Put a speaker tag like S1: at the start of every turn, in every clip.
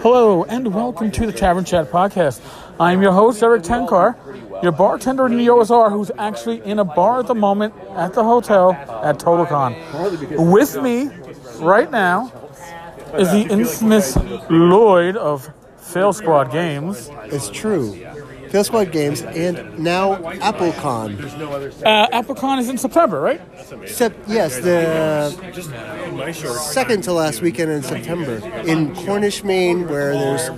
S1: Hello, and welcome to the Tavern Chat podcast. I'm your host, Eric Tenkar, your bartender in the OSR who's actually in a bar at the moment at the hotel at TotalCon. With me right now is the infamous Lloyd of Fail Squad Games.
S2: It's true. Fail Squad Games and now AppleCon.
S1: Uh, AppleCon is in September, right?
S2: Sep- yes, the second to last weekend in September in Cornish, Maine, where there's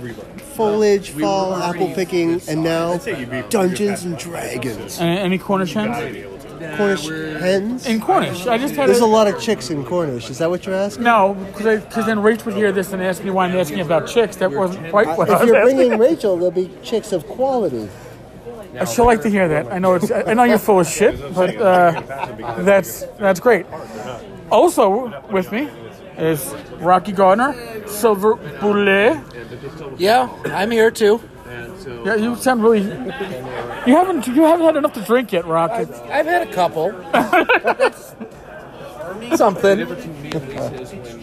S2: foliage, fall, apple picking, and now Dungeons and Dragons.
S1: Uh, Any Cornish hens?
S2: Cornish hens.
S1: In Cornish, I just had
S2: There's a lot of chicks in Cornish. Is that what you're asking?
S1: No, because then Rach would hear this and ask me why I'm asking about chicks. That wasn't quite what I
S2: If
S1: was
S2: you're
S1: asking.
S2: bringing Rachel, there'll be chicks of quality.
S1: She'll like to hear that. I know it's. I know you're full of shit, but uh, that's that's great. Also with me is Rocky Gardner, Silver Boulet.
S3: Yeah, I'm here too.
S1: Yeah, you sound really. You haven't you haven't had enough to drink yet, Rocky.
S3: I've had a couple. That's something.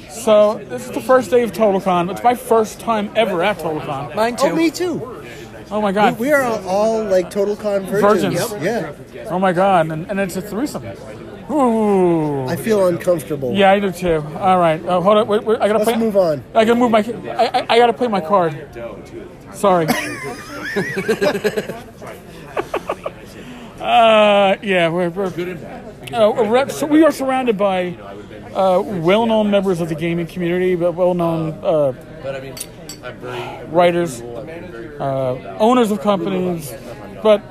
S1: So this is the first day of TotalCon. It's my first time ever at TotalCon.
S3: Mine too.
S2: Oh, me too.
S1: Oh my god.
S2: We are all like total con virgins.
S1: Virgins.
S2: Yeah.
S1: Oh my god, and, and it's a threesome. Ooh.
S2: I feel uncomfortable.
S1: Yeah, I do too. All right, uh, hold on. Wait, wait, I gotta
S2: Let's
S1: play.
S2: move on.
S1: I gotta move my. I, I, I gotta play my card. Sorry. uh, yeah, we're, we're uh, we're- so we are surrounded by uh, well-known members of the gaming community, but well-known uh, writers, uh, owners of companies, but.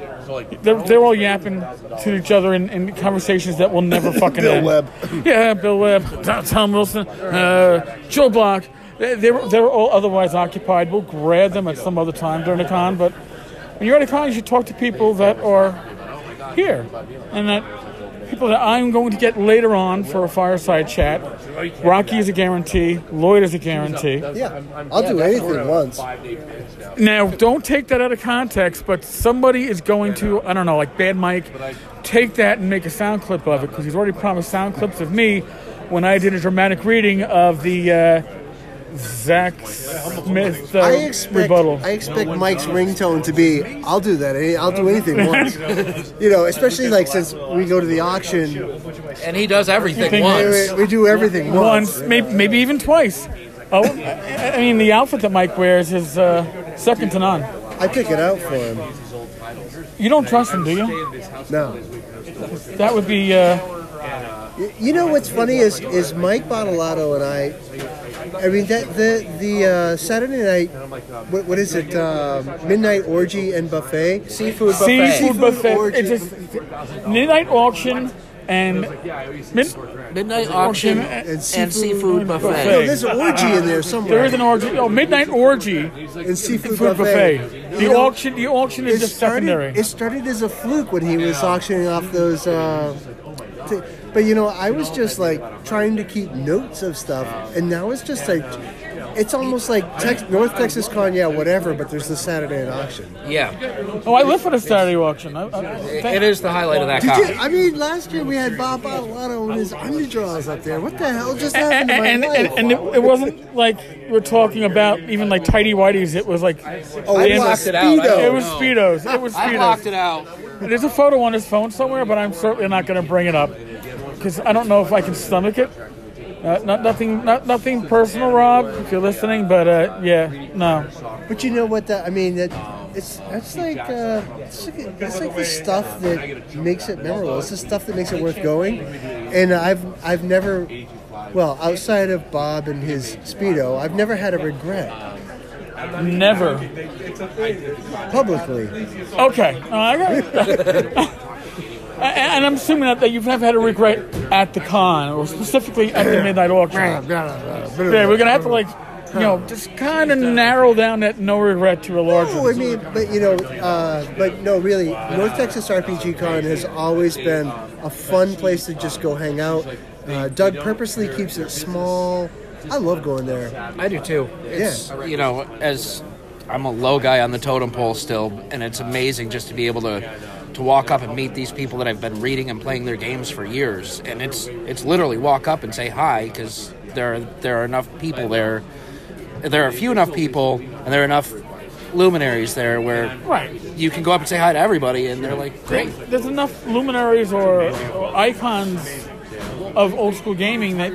S1: They're, they're all yapping to each other in, in conversations that will never fucking
S2: Bill
S1: end.
S2: Webb.
S1: Yeah, Bill Webb, Tom- Tom Wilson, uh, Joe Block. They, they, were, they were all otherwise occupied. We'll grab them at some other time during the con, but when you're at a con, you should talk to people that are here and that people that I'm going to get later on for a fireside chat. Rocky is a guarantee, Lloyd is a guarantee.
S2: Yeah. I'll do anything once.
S1: Now, don't take that out of context, but somebody is going to, I don't know, like Bad Mike, take that and make a sound clip of it because he's already promised sound clips of me when I did a dramatic reading of the uh, Zach Smith uh,
S2: I expect
S1: rebuttal.
S2: I expect Mike's ringtone to be I'll do that. eh? I'll do anything once. you know, especially like since we go to the auction,
S3: And he does everything
S1: Think-
S3: once.
S2: we, we do everything once.
S1: Once, maybe, maybe even twice. Oh, I I mean, the outfit that Mike wears is uh, second to none.
S2: I pick it out for him.
S1: You don't trust him, do you?
S2: No.
S1: That would be. Uh,
S2: Y- You know what's funny is is Mike Bottolato and I. I mean that the the uh, Saturday night. What, what is it? Um midnight orgy and buffet.
S3: Seafood buffet.
S1: Seafood buffet.
S2: orgy.
S1: It's just midnight auction and mid-
S3: Midnight auction
S1: and
S3: and
S2: seafood
S3: seafood, buffet.
S1: buffet.
S2: There's an orgy in there somewhere.
S1: There is an orgy. Oh, midnight orgy
S2: and seafood,
S1: food buffet.
S2: buffet.
S1: The
S2: You know,
S1: auction. The auction is
S2: it
S1: just
S2: started,
S1: secondary.
S2: It started as a fluke when he was auctioning off those. Uh, thi- but you know, I was just like trying to keep notes of stuff, and now it's just like. It's almost like Tex- North Texas Con, yeah, whatever, but there's the Saturday night auction.
S3: Yeah,
S1: oh, I live for the Saturday auction. I, I,
S3: it is the highlight of that
S2: Did you,
S3: con.
S2: I mean, last year we had Bob Bottolato and his underdraws up there. What the hell just
S1: And,
S2: happened to my
S1: and,
S2: life?
S1: and, and it, it wasn't like we're talking about even like tidy whities. It was like
S2: oh,
S3: I
S2: it was a
S3: blocked it out. I
S2: Speedo.
S1: it was speedos. It was
S3: I blocked
S1: speedos.
S3: it out.
S1: There's a photo on his phone somewhere, but I'm certainly not going to bring it up because I don't know if I can stomach it. Uh, not nothing, not nothing personal, Rob. If you're listening, but uh, yeah, no.
S2: But you know what? That I mean, that it's that's like uh, it's like, that's like the stuff that makes it memorable. It's the stuff that makes it worth going. And I've I've never, well, outside of Bob and his speedo, I've never had a regret
S1: Never.
S2: publicly.
S1: Okay. Uh, I got And and I'm assuming that, that you've never had a regret at the con, or specifically at the midnight auction. yeah, we're gonna have to like, you know, just kind of narrow down that no regret to a larger.
S2: No, I mean, but you know, uh, but no, really, North Texas RPG Con has always been a fun place to just go hang out. Uh, Doug purposely keeps it small. I love going there.
S3: I do too. It's you know, as I'm a low guy on the totem pole still, and it's amazing just to be able to to walk up and meet these people that I've been reading and playing their games for years, and it's it's literally walk up and say hi because there are, there are enough people there there are a few enough people and there are enough luminaries there where
S1: Right.
S3: you can go up and say hi to everybody, and they're like, great.
S1: There's enough luminaries or, or icons of old school gaming that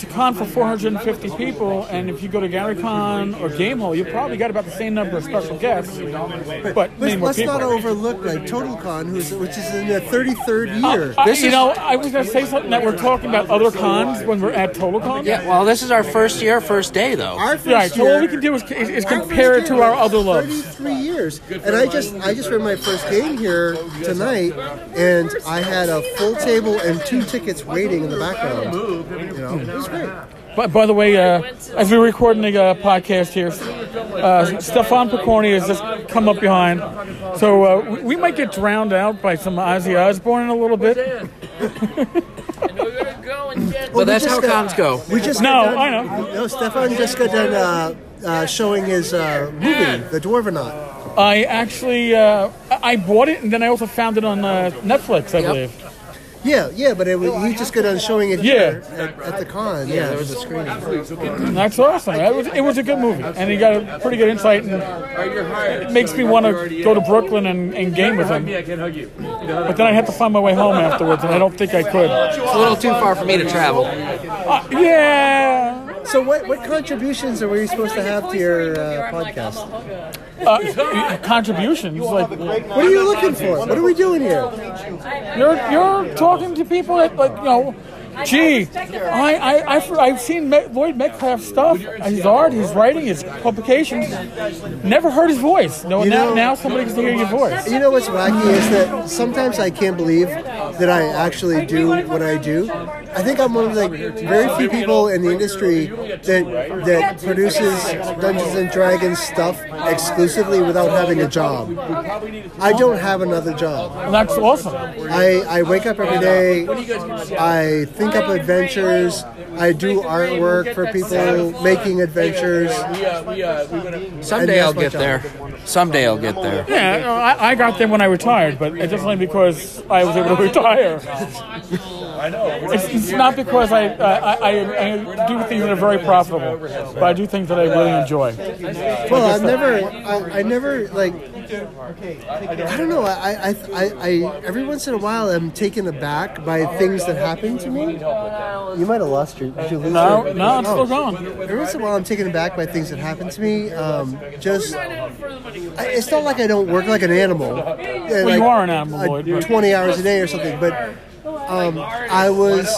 S1: to con for 450 people, and if you go to GaryCon or Game Hole, you probably got about the same number of special guests, but many
S2: Let's,
S1: more
S2: let's
S1: people.
S2: not overlook like TotalCon, who's which is in their 33rd year.
S1: I-
S3: This
S1: you
S3: is-
S1: know, I was going to say something that we're talking about other cons when we're at TotalCon.
S3: Yeah, well, this is our first year, first day, though.
S2: Our first
S1: Right. So
S2: year,
S1: all we can do is, is, is
S2: our
S1: compare it
S2: first
S1: to
S2: year
S1: our
S2: was
S1: other loves.
S2: 33 years, and I just I just ran my first game here tonight, and I had a full table and two tickets waiting in the background. You know, it was great.
S1: By, by the way, uh, as we're recording the uh, podcast here, uh, Stefan Picorni has just come up behind. So uh, we, we might get drowned out by some Ozzy Osbourne in a little bit.
S3: But
S2: we
S3: that's
S2: just
S3: how
S2: got-
S3: cons go.
S2: We just
S1: No,
S2: got done,
S1: I know.
S2: No, Stefan just got done uh, uh, showing his uh, movie, The Dwarvenaut.
S1: I actually uh, I I bought it and then I also found it on uh, Netflix, I believe.
S2: Yeah, yeah, but it, was- he just got done showing it here
S1: Yeah.
S2: at, at the con. Yeah, there was a screening.
S1: That's awesome. It was, it was a good movie, and he got a pretty good insight, and it makes me want to go to Brooklyn and, and game with him.
S4: I can hug you.
S1: But then I had to find my way home afterwards, and I don't think I could.
S3: It's a little too far for me to travel.
S1: Uh, yeah.
S2: So what, what contributions are we supposed to have to your uh, podcast?
S1: Uh, contributions like
S2: What are you looking for? What are we doing here?
S1: You're you're talking to people that like you know. Gee, I I I've, I've seen Me- Lloyd Metcalf's stuff, his art, his writing, his publications. Never heard his voice. No,
S2: You
S1: now
S2: know-
S1: now somebody can hear your voice.
S2: You know what's wacky is that sometimes I can't believe that I actually do what I do. I think I'm one of the very few people in the industry that that produces Dungeons and Dragons stuff exclusively without having a job. I don't have another job.
S1: That's awesome.
S2: I, I wake up every day. I think up adventures. I do artwork for people making adventures.
S3: Someday I'll get there. Someday I'll get there.
S1: Yeah, you know, I, I got there when I retired, but it's just only because I was able to retire. It's, it's not because I, I, I, I do things that are very profitable, but I do things that I really enjoy.
S2: Well, I never, I, I never like. I don't know. I, I, I, I, every once in a while, I'm taken aback by things that happen to me. You might have lost your. Did you lose
S1: No,
S2: your-
S1: no, it's
S2: Oh.
S1: still gone.
S2: Every once in a while, I'm taken aback by things that happen to me. Um, just, I, it's not like I don't work like an animal. Well,
S1: you are an animal, Lloyd, but-
S2: 20 hours a day or something, but um, I was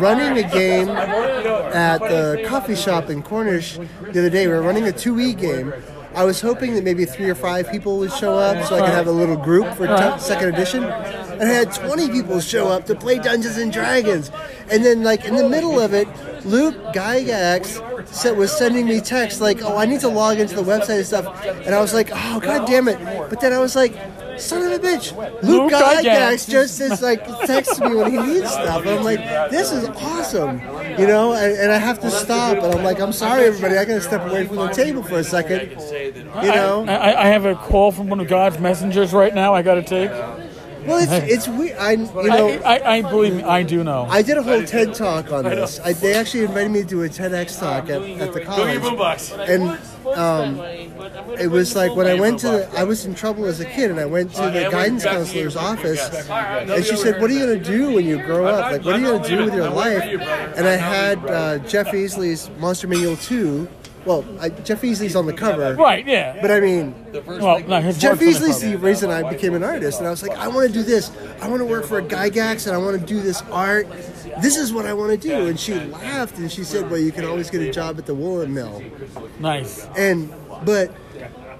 S2: running a game at the coffee shop in Cornish the other day. We were running a 2E game. I was hoping that maybe three or five people would show up so I could have a little group for t- second edition. And I had 20 people show up to play Dungeons and Dragons. And then, like, in the middle of it, Luke Gygax said, was sending me texts like, oh, I need to log into the website and stuff. And I was like, oh, god damn it. But then I was like, son of a bitch, Luke,
S1: Luke
S2: Gygax,
S1: Gygax.
S2: just is like texts me when he needs stuff. And I'm like, this is awesome, you know. And, and I have to stop. And I'm like, I'm sorry, everybody. I gotta step away from the table for a second, you know.
S1: I, I- I have a call from one of God's messengers right now. I got to take.
S2: Well, it's it's weird. I you
S1: I,
S2: know.
S1: I, I believe me, I do know.
S2: I did a whole TED talk on this. I, they actually invited me to do a TEDx talk at, at the college, and um, it was like when I went to the, I was in trouble as a kid and I went to the guidance counselor's office and she said, "What are you going to do when you grow up? Like, what are you going to do with your life?" And I had uh, Jeff Easley's Monster Manual 2. Well, I, Jeff Easley's on the cover,
S1: right? Yeah.
S2: But I mean,
S1: well, no, his
S2: Jeff
S1: work's on the
S2: Easley's the
S1: cover.
S2: reason I became an artist, and I was like, I want to do this. I want to work for a Gygax, and I want to do this art. This is what I want to do. And she laughed and she said, "Well, you can always get a job at the woolen mill."
S1: Nice.
S2: And but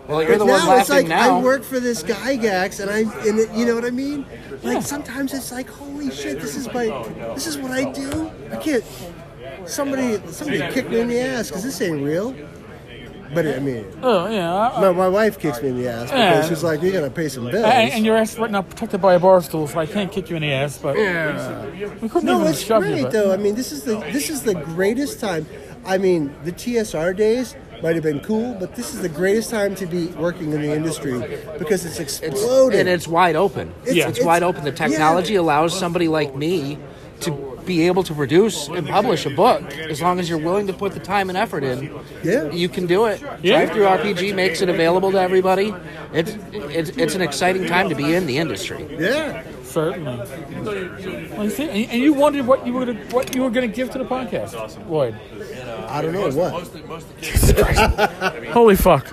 S3: Well, you're
S2: but
S3: the one
S2: now it's like
S3: laughing now.
S2: I work for this Gygax, and I and it, you know what I mean. Like sometimes it's like, holy shit, this is my, this is what I do. I can't. Somebody, somebody kicked me in the ass because this ain't real. But I mean,
S1: Oh yeah. I-
S2: my, my wife kicks me in the ass
S1: Yeah.
S2: because she's like, you gotta pay some bills.
S1: I- and your ass right now protected by a bar stool, so I can't kick you in the ass. But we couldn't
S2: No,
S1: even
S2: it's
S1: shove you.
S2: great
S1: but-
S2: though. I mean, this is the this is the greatest time. I mean, the TSR days might have been cool, but this is the greatest time to be working in the industry because it's
S3: It's-
S2: exploding.
S3: and it's wide open.
S2: It's-
S1: Yeah.
S3: It's wide open. The
S2: it's- yeah.
S3: technology allows somebody like me to be able to produce and publish a book as long as you're willing to put the time and effort in.
S2: Yeah.
S3: you can do it.
S1: Yeah.
S3: Drive Through RPG makes it available to everybody. It's it's it's an exciting time to be in the industry.
S2: Yeah.
S1: Certainly. Well, you see, and and you wondered what you were gonna, what you were going to give to the podcast, Lloyd.
S2: I don't know what.
S1: Holy fuck!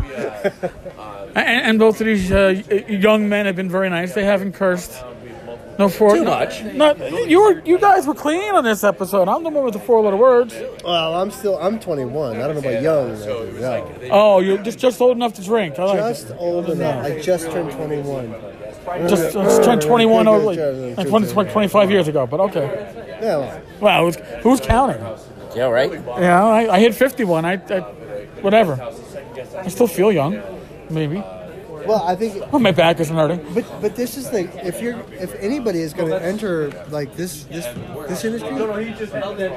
S1: and, and both of these uh, young men have been very nice. They haven't cursed. No four.
S4: Too
S1: no-
S4: much.
S1: Not, you were you guys were clean on this episode. I'm the one with the four letter words.
S2: Well, I'm still I'm 21. I don't know about young. I think, no.
S1: Oh, you're just just old enough to drink. I like it.
S2: Just old enough. I just turned 21.
S1: Just, just turned 21
S2: Yeah,
S1: over,
S2: yeah, yeah,
S1: like, 20,
S2: yeah, yeah.
S1: 25 years ago, but okay.
S2: Yeah.
S1: Wow, who's, who's counting?
S3: Yeah, right.
S1: Yeah, I, I hit 51. I, I, whatever. I still feel young, maybe.
S2: Well, I think
S1: Oh, my back isn't hurting.
S2: But but this is the if you're if anybody is going to enter like this this this industry,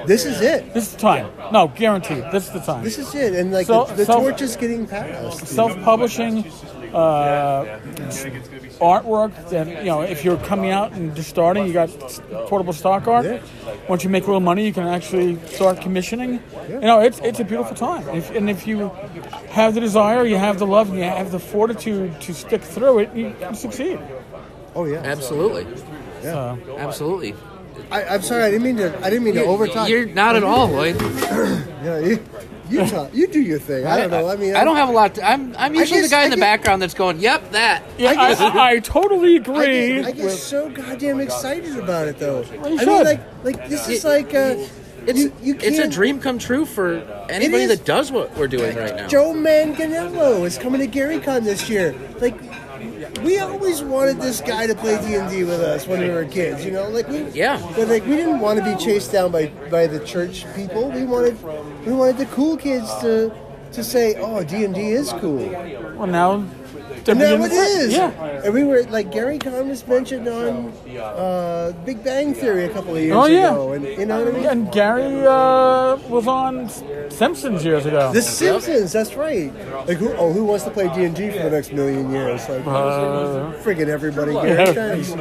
S2: this is it.
S1: This is the time. No, guaranteed. This is the time.
S2: This is it, and like
S1: So-
S2: the, the
S1: so-
S2: torch is getting passed.
S1: Self-publishing uh, artwork. That you know, if you're coming out and just starting, you got s- portable stock art.
S2: Yeah.
S1: Once you make a little money, you can actually start commissioning. You know, it's it's a beautiful time. If, and if you have the desire, you have the love, and you have the fortitude to stick through it, you can succeed.
S2: Oh yeah,
S3: Absolutely. Absolutely.
S2: I, I'm sorry, I didn't mean to. I didn't mean to overtalk.
S3: You're not at all, Lloyd.
S2: Yeah, you, you, talk, you do your thing. I don't know. I mean,
S3: I don't have a lot. To, I'm I'm usually
S2: guess-
S3: the guy in
S2: I
S3: the
S2: guess-
S3: background that's going, "Yep, that."
S1: Yeah, I, I, I totally
S2: I
S1: agree.
S2: get, I get so goddamn excited about it though. I mean,
S1: should.
S2: like like this is like uh,
S3: It's
S2: you, you
S3: it's a
S2: can't-
S3: dream come true for anybody
S2: is.
S3: that does what we're doing right now.
S2: Joe Manganello is coming to GaryCon this year. Like, we always wanted this guy to play D and D with us when we were kids. You know, like we
S3: Yeah.
S2: but like we didn't want to be chased down by by the church people. We wanted we wanted the cool kids to to say, oh, D and D is cool.
S1: Well, now, they're
S2: And now
S1: beginning
S2: it
S1: to-
S2: is.
S1: Yeah.
S2: And we were like Gary Con was mentioned on uh, Big Bang Theory a couple of years
S1: Oh, yeah.
S2: ago, and you know what I mean.
S1: And Gary uh, was on S- Simpsons years ago.
S2: The Simpsons, that's right. Like, who, oh, who wants to play D and D for the next million years? Like,
S1: Uh,
S2: friggin' everybody
S1: Yeah.
S2: here. Thanks.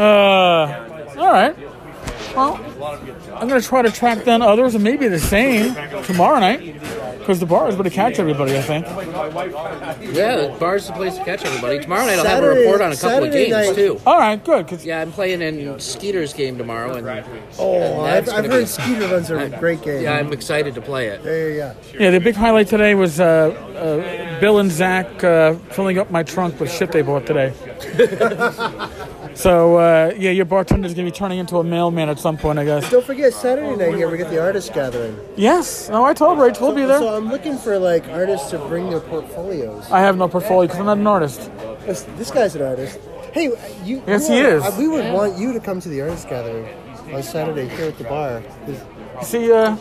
S1: uh, all right. Well, I'm going to try to track down others and maybe the same tomorrow night because the bar is going to catch everybody, I think.
S3: Yeah, the bar's the place to catch everybody. Tomorrow night I'll have a
S2: Saturday-
S3: report on a couple
S2: Saturday
S3: of games
S2: night-
S3: too.
S1: All right, good. 'cause-
S3: Yeah, I'm playing in Skeeter's game tomorrow, and
S2: Oh, I've,
S3: That's
S2: I've
S3: gonna be-
S2: heard Skeeter runs a great game.
S3: yeah, I'm excited to play it.
S2: yeah, yeah,
S1: yeah, the big highlight today was uh, uh, Bill and Zach uh, filling up my trunk with shit they bought today. so, uh, yeah, your bartender's going to be turning into a mailman at some point, I guess.
S2: Don't forget Saturday night here we get the artist gathering.
S1: Yes. No, I told Rach we'll be there.
S2: So I'm looking for like artists to bring their portfolios.
S1: I have no portfolio because I'm not an artist.
S2: This, this guy's an artist. Hey, you.
S1: Yes,
S2: you
S1: he
S2: are-
S1: is.
S2: We would want you to come to the artist gathering on Saturday here at the bar.
S1: See, uh,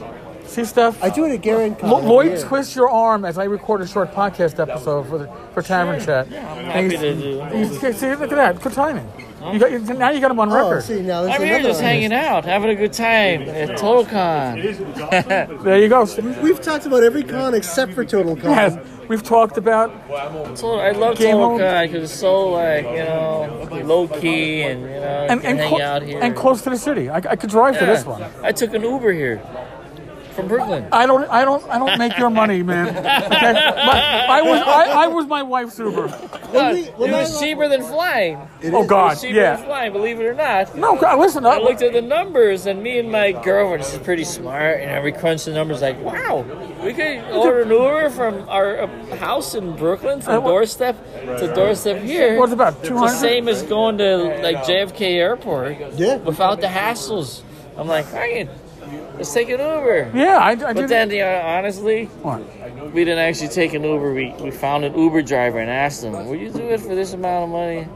S1: see, Steph.
S2: I do it at Garen.
S1: Lo- Lloyd, twist your arm as I record a short podcast episode for the, for Tavern Chat. And
S4: happy to do that.
S1: you see, see, look at that. Good timing. You got, you, now you got him on
S2: Oh,
S1: record.
S2: see now there's
S4: I'm
S2: another
S4: here just
S2: artist.
S4: hanging out, having a good time at TotalCon.
S1: There you go.
S2: We've talked about every con except for Total Con.
S1: Yes, we've talked about.
S4: Total, I love
S1: Game on.
S4: TotalCon because it's so like you know low key and you know you
S1: And,
S4: can
S1: and,
S4: hang
S1: clo-
S4: out here
S1: and close to the city. I, I could drive to
S4: Yeah.
S1: this one.
S4: I took an Uber here from Brooklyn.
S1: I don't, I don't, I don't make your money, man. Okay? My- I was, I, I was my wife's Uber.
S2: When we-
S4: it
S2: when I-
S4: was cheaper than flying.
S2: It
S1: Oh
S2: is-
S4: It
S1: God,
S4: was cheaper than
S1: yeah.
S4: flying, believe it or not.
S1: No, God, listen. uh, I,
S4: I looked at the numbers, and me and my girlfriend, she's pretty smart, and we crunched the numbers like, wow, we could order an Uber from our uh, house in Brooklyn
S1: Uh,
S4: from
S1: what-
S4: doorstep to doorstep here.
S1: what's it about,
S4: It's The
S1: 200?
S4: same as going to like JFK Airport
S2: Yeah.
S4: without the hassles. I'm like, right, let's take an Uber.
S1: yeah, I, I
S4: But
S1: did.
S4: then, you know, honestly,
S1: What?
S4: we didn't actually take an Uber. We, we found an Uber driver and asked him, "Will you do it for this amount of money?"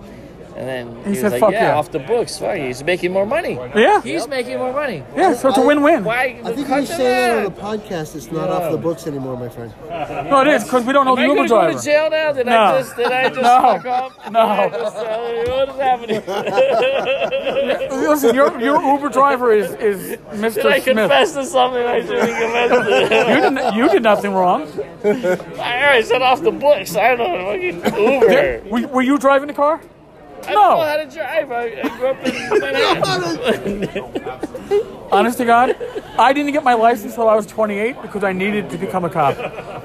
S4: And then he,
S1: said,
S4: was like,
S1: "Fuck
S4: yeah,
S1: yeah."
S4: off the books. Fuck, he's making more money.
S1: Yeah.
S4: he's making more money.
S1: Yeah, so it's a win-win.
S4: Why?
S2: I think
S4: cut
S2: you
S4: them
S2: say that on
S4: out.
S2: the podcast. It's not off the books anymore, my friend.
S1: No, it is because we don't know
S4: Am I
S1: the Uber
S4: gonna
S1: driver.
S4: go to jail now? Did
S1: No.
S4: I just did I just
S1: No.
S4: fuck
S1: No.
S4: up? Did I just, uh, what is happening?
S1: Listen, your, your Uber driver is, is Mr.
S4: Did I
S1: Smith.
S4: confess to something I shouldn't confess to?
S1: You did, you did nothing wrong.
S4: I already said off the books. I don't know. Fucking Uber.
S1: Were, were you driving the car?
S4: I
S1: No.
S4: don't know how to drive. I, I grew up in Manhattan.
S1: Honest to God, I didn't get my license till I was 28 because I needed to become a cop.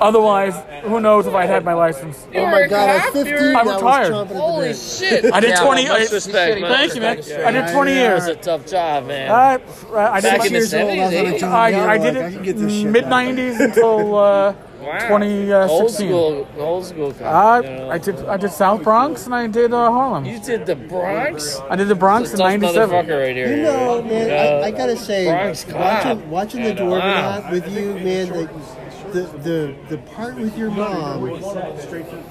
S1: Otherwise, who knows if I'd had my license.
S2: Oh my god, I was 15.
S1: I'm
S2: I was
S1: retired.
S2: chomping at the
S4: Holy
S2: bit.
S4: shit!
S1: I did
S4: Yeah,
S1: 20
S4: Much
S1: I-
S4: respect. much
S1: Thank you, man.
S4: respect.
S1: I did 20
S4: It's
S1: years.
S4: a tough job, man.
S1: I, I did
S4: Back
S1: my
S4: in the
S2: years old, I was on a
S4: 70s,
S2: John Gallagher,
S1: I, I did
S2: like, eh? I can
S1: it
S2: get this shit
S1: mid
S2: back.
S1: 90s until uh,
S4: Wow.
S1: 2016.
S4: old school, old school. cop, you know.
S1: I, I did I did South Bronx and I did uh, Harlem.
S4: You did the Bronx.
S1: I did the Bronx in
S4: Tough
S1: '97.
S4: motherfucker right here.
S2: You know, man, I, I
S4: Uh,
S2: gotta say,
S4: Bronx cop.
S2: watching, watching
S4: uh,
S2: the door knob with you, man, the, the the the part with your mom, man,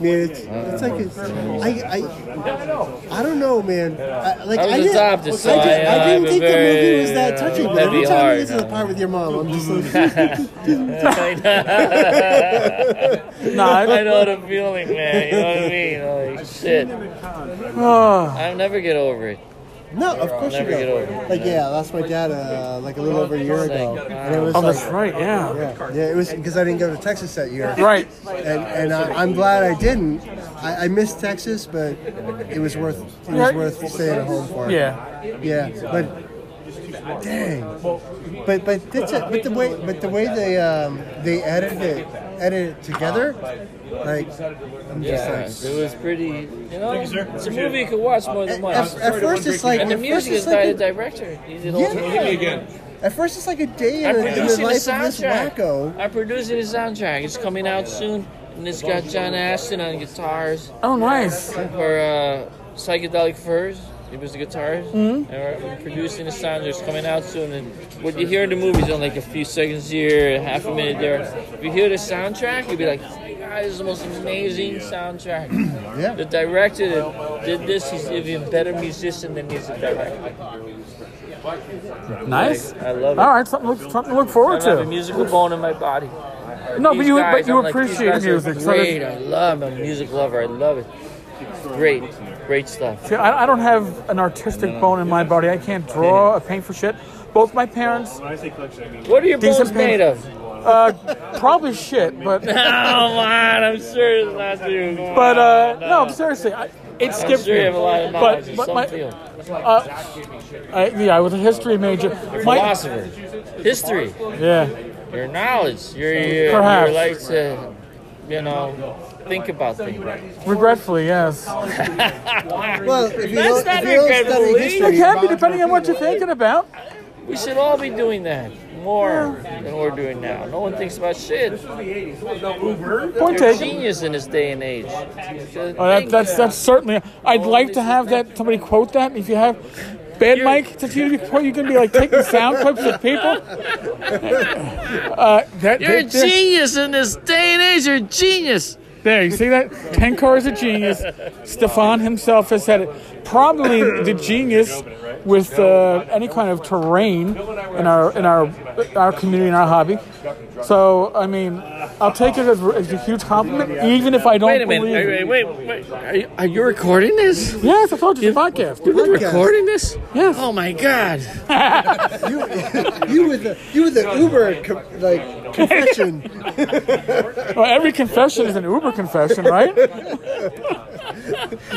S2: it's, it's like it's, I, I I don't know, man. I, like
S4: I was
S2: didn't-
S4: adopted, so
S2: I, just-
S4: I, uh,
S2: I
S4: I'm
S2: didn't
S4: a
S2: think the movie was that
S4: very, uh,
S2: touching. But
S4: heavy
S2: every time I
S4: heart.
S2: get to the part with your mom, I'm just like,
S1: No, I-
S4: I know the feeling, man. You know what I mean? Like, shit.
S1: uh,
S4: I'll never get over it.
S2: no, of course you
S4: never get over
S2: don't.
S4: it.
S2: Like, yeah, I lost my dad uh, like a little over a year ago, and it was
S1: oh, that's
S2: like,
S1: right. Yeah,
S2: yeah, yeah, it was because I didn't go to Texas that year,
S1: right.
S2: and, and I, I'm glad I didn't. I, I missed Texas, but it was worth it was
S1: Right.
S2: worth staying at home for.
S1: Yeah,
S2: yeah, but dang, but but that's it. But the way but the way they um, they edited it edited it together, like I'm
S4: Yeah,
S2: just
S4: it
S2: like.
S4: was pretty. You know, it's a movie you could watch more
S2: At,
S4: than once.
S2: at, at first, it's like
S4: And the
S2: at first
S4: music is
S2: it's
S4: by the
S2: like a,
S4: director. He did all the music.
S2: yeah. At first, it's like a day in,
S4: I'm
S2: the- in the
S4: producing the
S2: life of this
S4: soundtrack.
S2: wacko.
S4: I'm producing the soundtrack. It's coming out soon, and it's got John Ashton on guitars.
S1: Oh, nice.
S4: for uh, Psychedelic Furs. He was the guitarist.
S1: Hmm?
S4: Mm-hmm. And we're producing the sound. It's coming out soon. And what you hear in the movies on like a few seconds here, half a minute there. If you hear the soundtrack, you'll be like, oh my God, this is the most amazing soundtrack.
S2: Yeah.
S4: The director that did this, he's even better musician than he's a director.
S1: Nice.
S4: I love it.
S1: All right, something, to look- something to look forward
S4: I have a
S1: to.
S4: musical bone in my body.
S1: No, Oh, but
S4: These
S1: you
S4: guys,
S1: but you
S4: I'm like, these
S1: appreciate
S4: guys are
S1: music. So that's-
S4: Great. I love. I'm a music lover. I love it. Great. Great stuff.
S1: See, I, I don't have an artistic bone in my body. I can't draw or paint for shit. Both my parents,
S4: What are your
S1: Decent
S4: bones made
S1: paint.
S4: of?
S1: uh, probably shit, but
S4: Come on, I'm sure it's not you. Come
S1: but uh,
S4: on,
S1: no, seriously, I, it
S4: I'm
S1: skipped
S4: sure you have a
S1: me.
S4: lot of knowledge
S1: But
S4: in
S1: but
S4: some
S1: my
S4: field.
S1: uh, I, yeah, I was a history major. My,
S4: Philosopher, history,
S1: yeah,
S4: your knowledge, your your, your
S1: Perhaps.
S4: like to, you know, think about things.
S1: regretfully, yes.
S2: Well, if you
S4: That's
S2: don't,
S4: not
S2: if you don't
S4: incredible,
S2: study
S4: Lee.
S2: history,
S1: It can be depending on what you're thinking about.
S4: We should all be doing that more than we're doing now. No one thinks about shit.
S1: Point
S4: You're a
S1: taken.
S4: genius in this day and age.
S1: Oh, that, that's that's certainly. I'd like to have that somebody quote that. If you have bad mic to you, you you can be like taking sound clips of people. Uh, that,
S4: You're a
S1: that- that-
S4: genius in this day and age. You're a genius.
S1: There, you see that? Tenkar is a genius. Stefan himself has said it. Probably the genius with uh, any kind of terrain in our in our our community and our hobby. So I mean, I'll take it as, as a huge compliment, even if I don't
S4: Wait a minute.
S1: believe.
S4: Wait,
S1: it.
S4: wait, wait. wait. Are, you, are you recording this?
S1: Yes, I told you it's a podcast.
S4: You're
S2: Podcast.
S4: recording this?
S1: Yes.
S4: Oh my god.
S2: you with the you with the Uber co- like confession.
S1: Well, every confession is an Uber confession, right?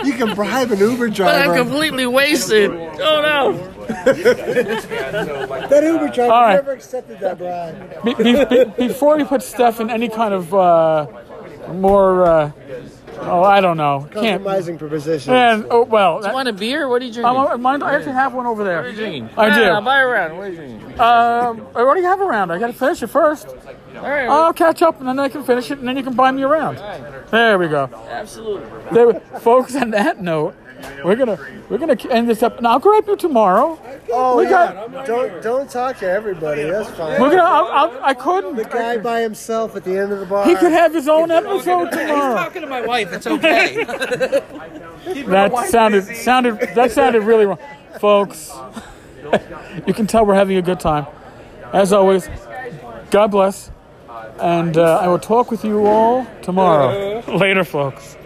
S2: You can bribe an Uber
S4: But I'm
S2: driver.
S4: completely wasted. Oh no.
S2: That Uber driver
S1: All right.
S2: never accepted that bribe.
S1: Be- be- be- before we put Steph in any kind of uh, more, uh, oh, I don't know, can't.
S2: Compromising propositions.
S1: And oh well, that-
S4: Want a beer? What are you
S1: I'm,
S4: drinking?
S1: all- mind, I actually have one over
S4: What are you
S1: there.
S4: drinking?
S1: I
S4: No,
S1: do.
S4: no, buy around. What are you drinking?
S1: Um, I already have a round. I got to finish it first.
S4: All right.
S1: I'll catch up, and then I can finish it, and then you can buy me a round. There we go.
S4: absolutely.
S1: There, we- folks. On that note, we're gonna we're gonna end this up. And I'll grab you tomorrow.
S2: oh
S1: we
S2: yeah.
S1: got-
S2: don't don't talk to everybody. That's fine.
S1: We're gonna. I'll, I'll, I couldn't.
S2: the guy by himself at the end of the bar.
S1: He could have his own episode tomorrow.
S3: Talking to my wife, it's okay.
S1: That sounded sounded that sounded really wrong, folks. you can tell we're having a good time. As always, God bless, and uh, I will talk with you all tomorrow. Later, folks.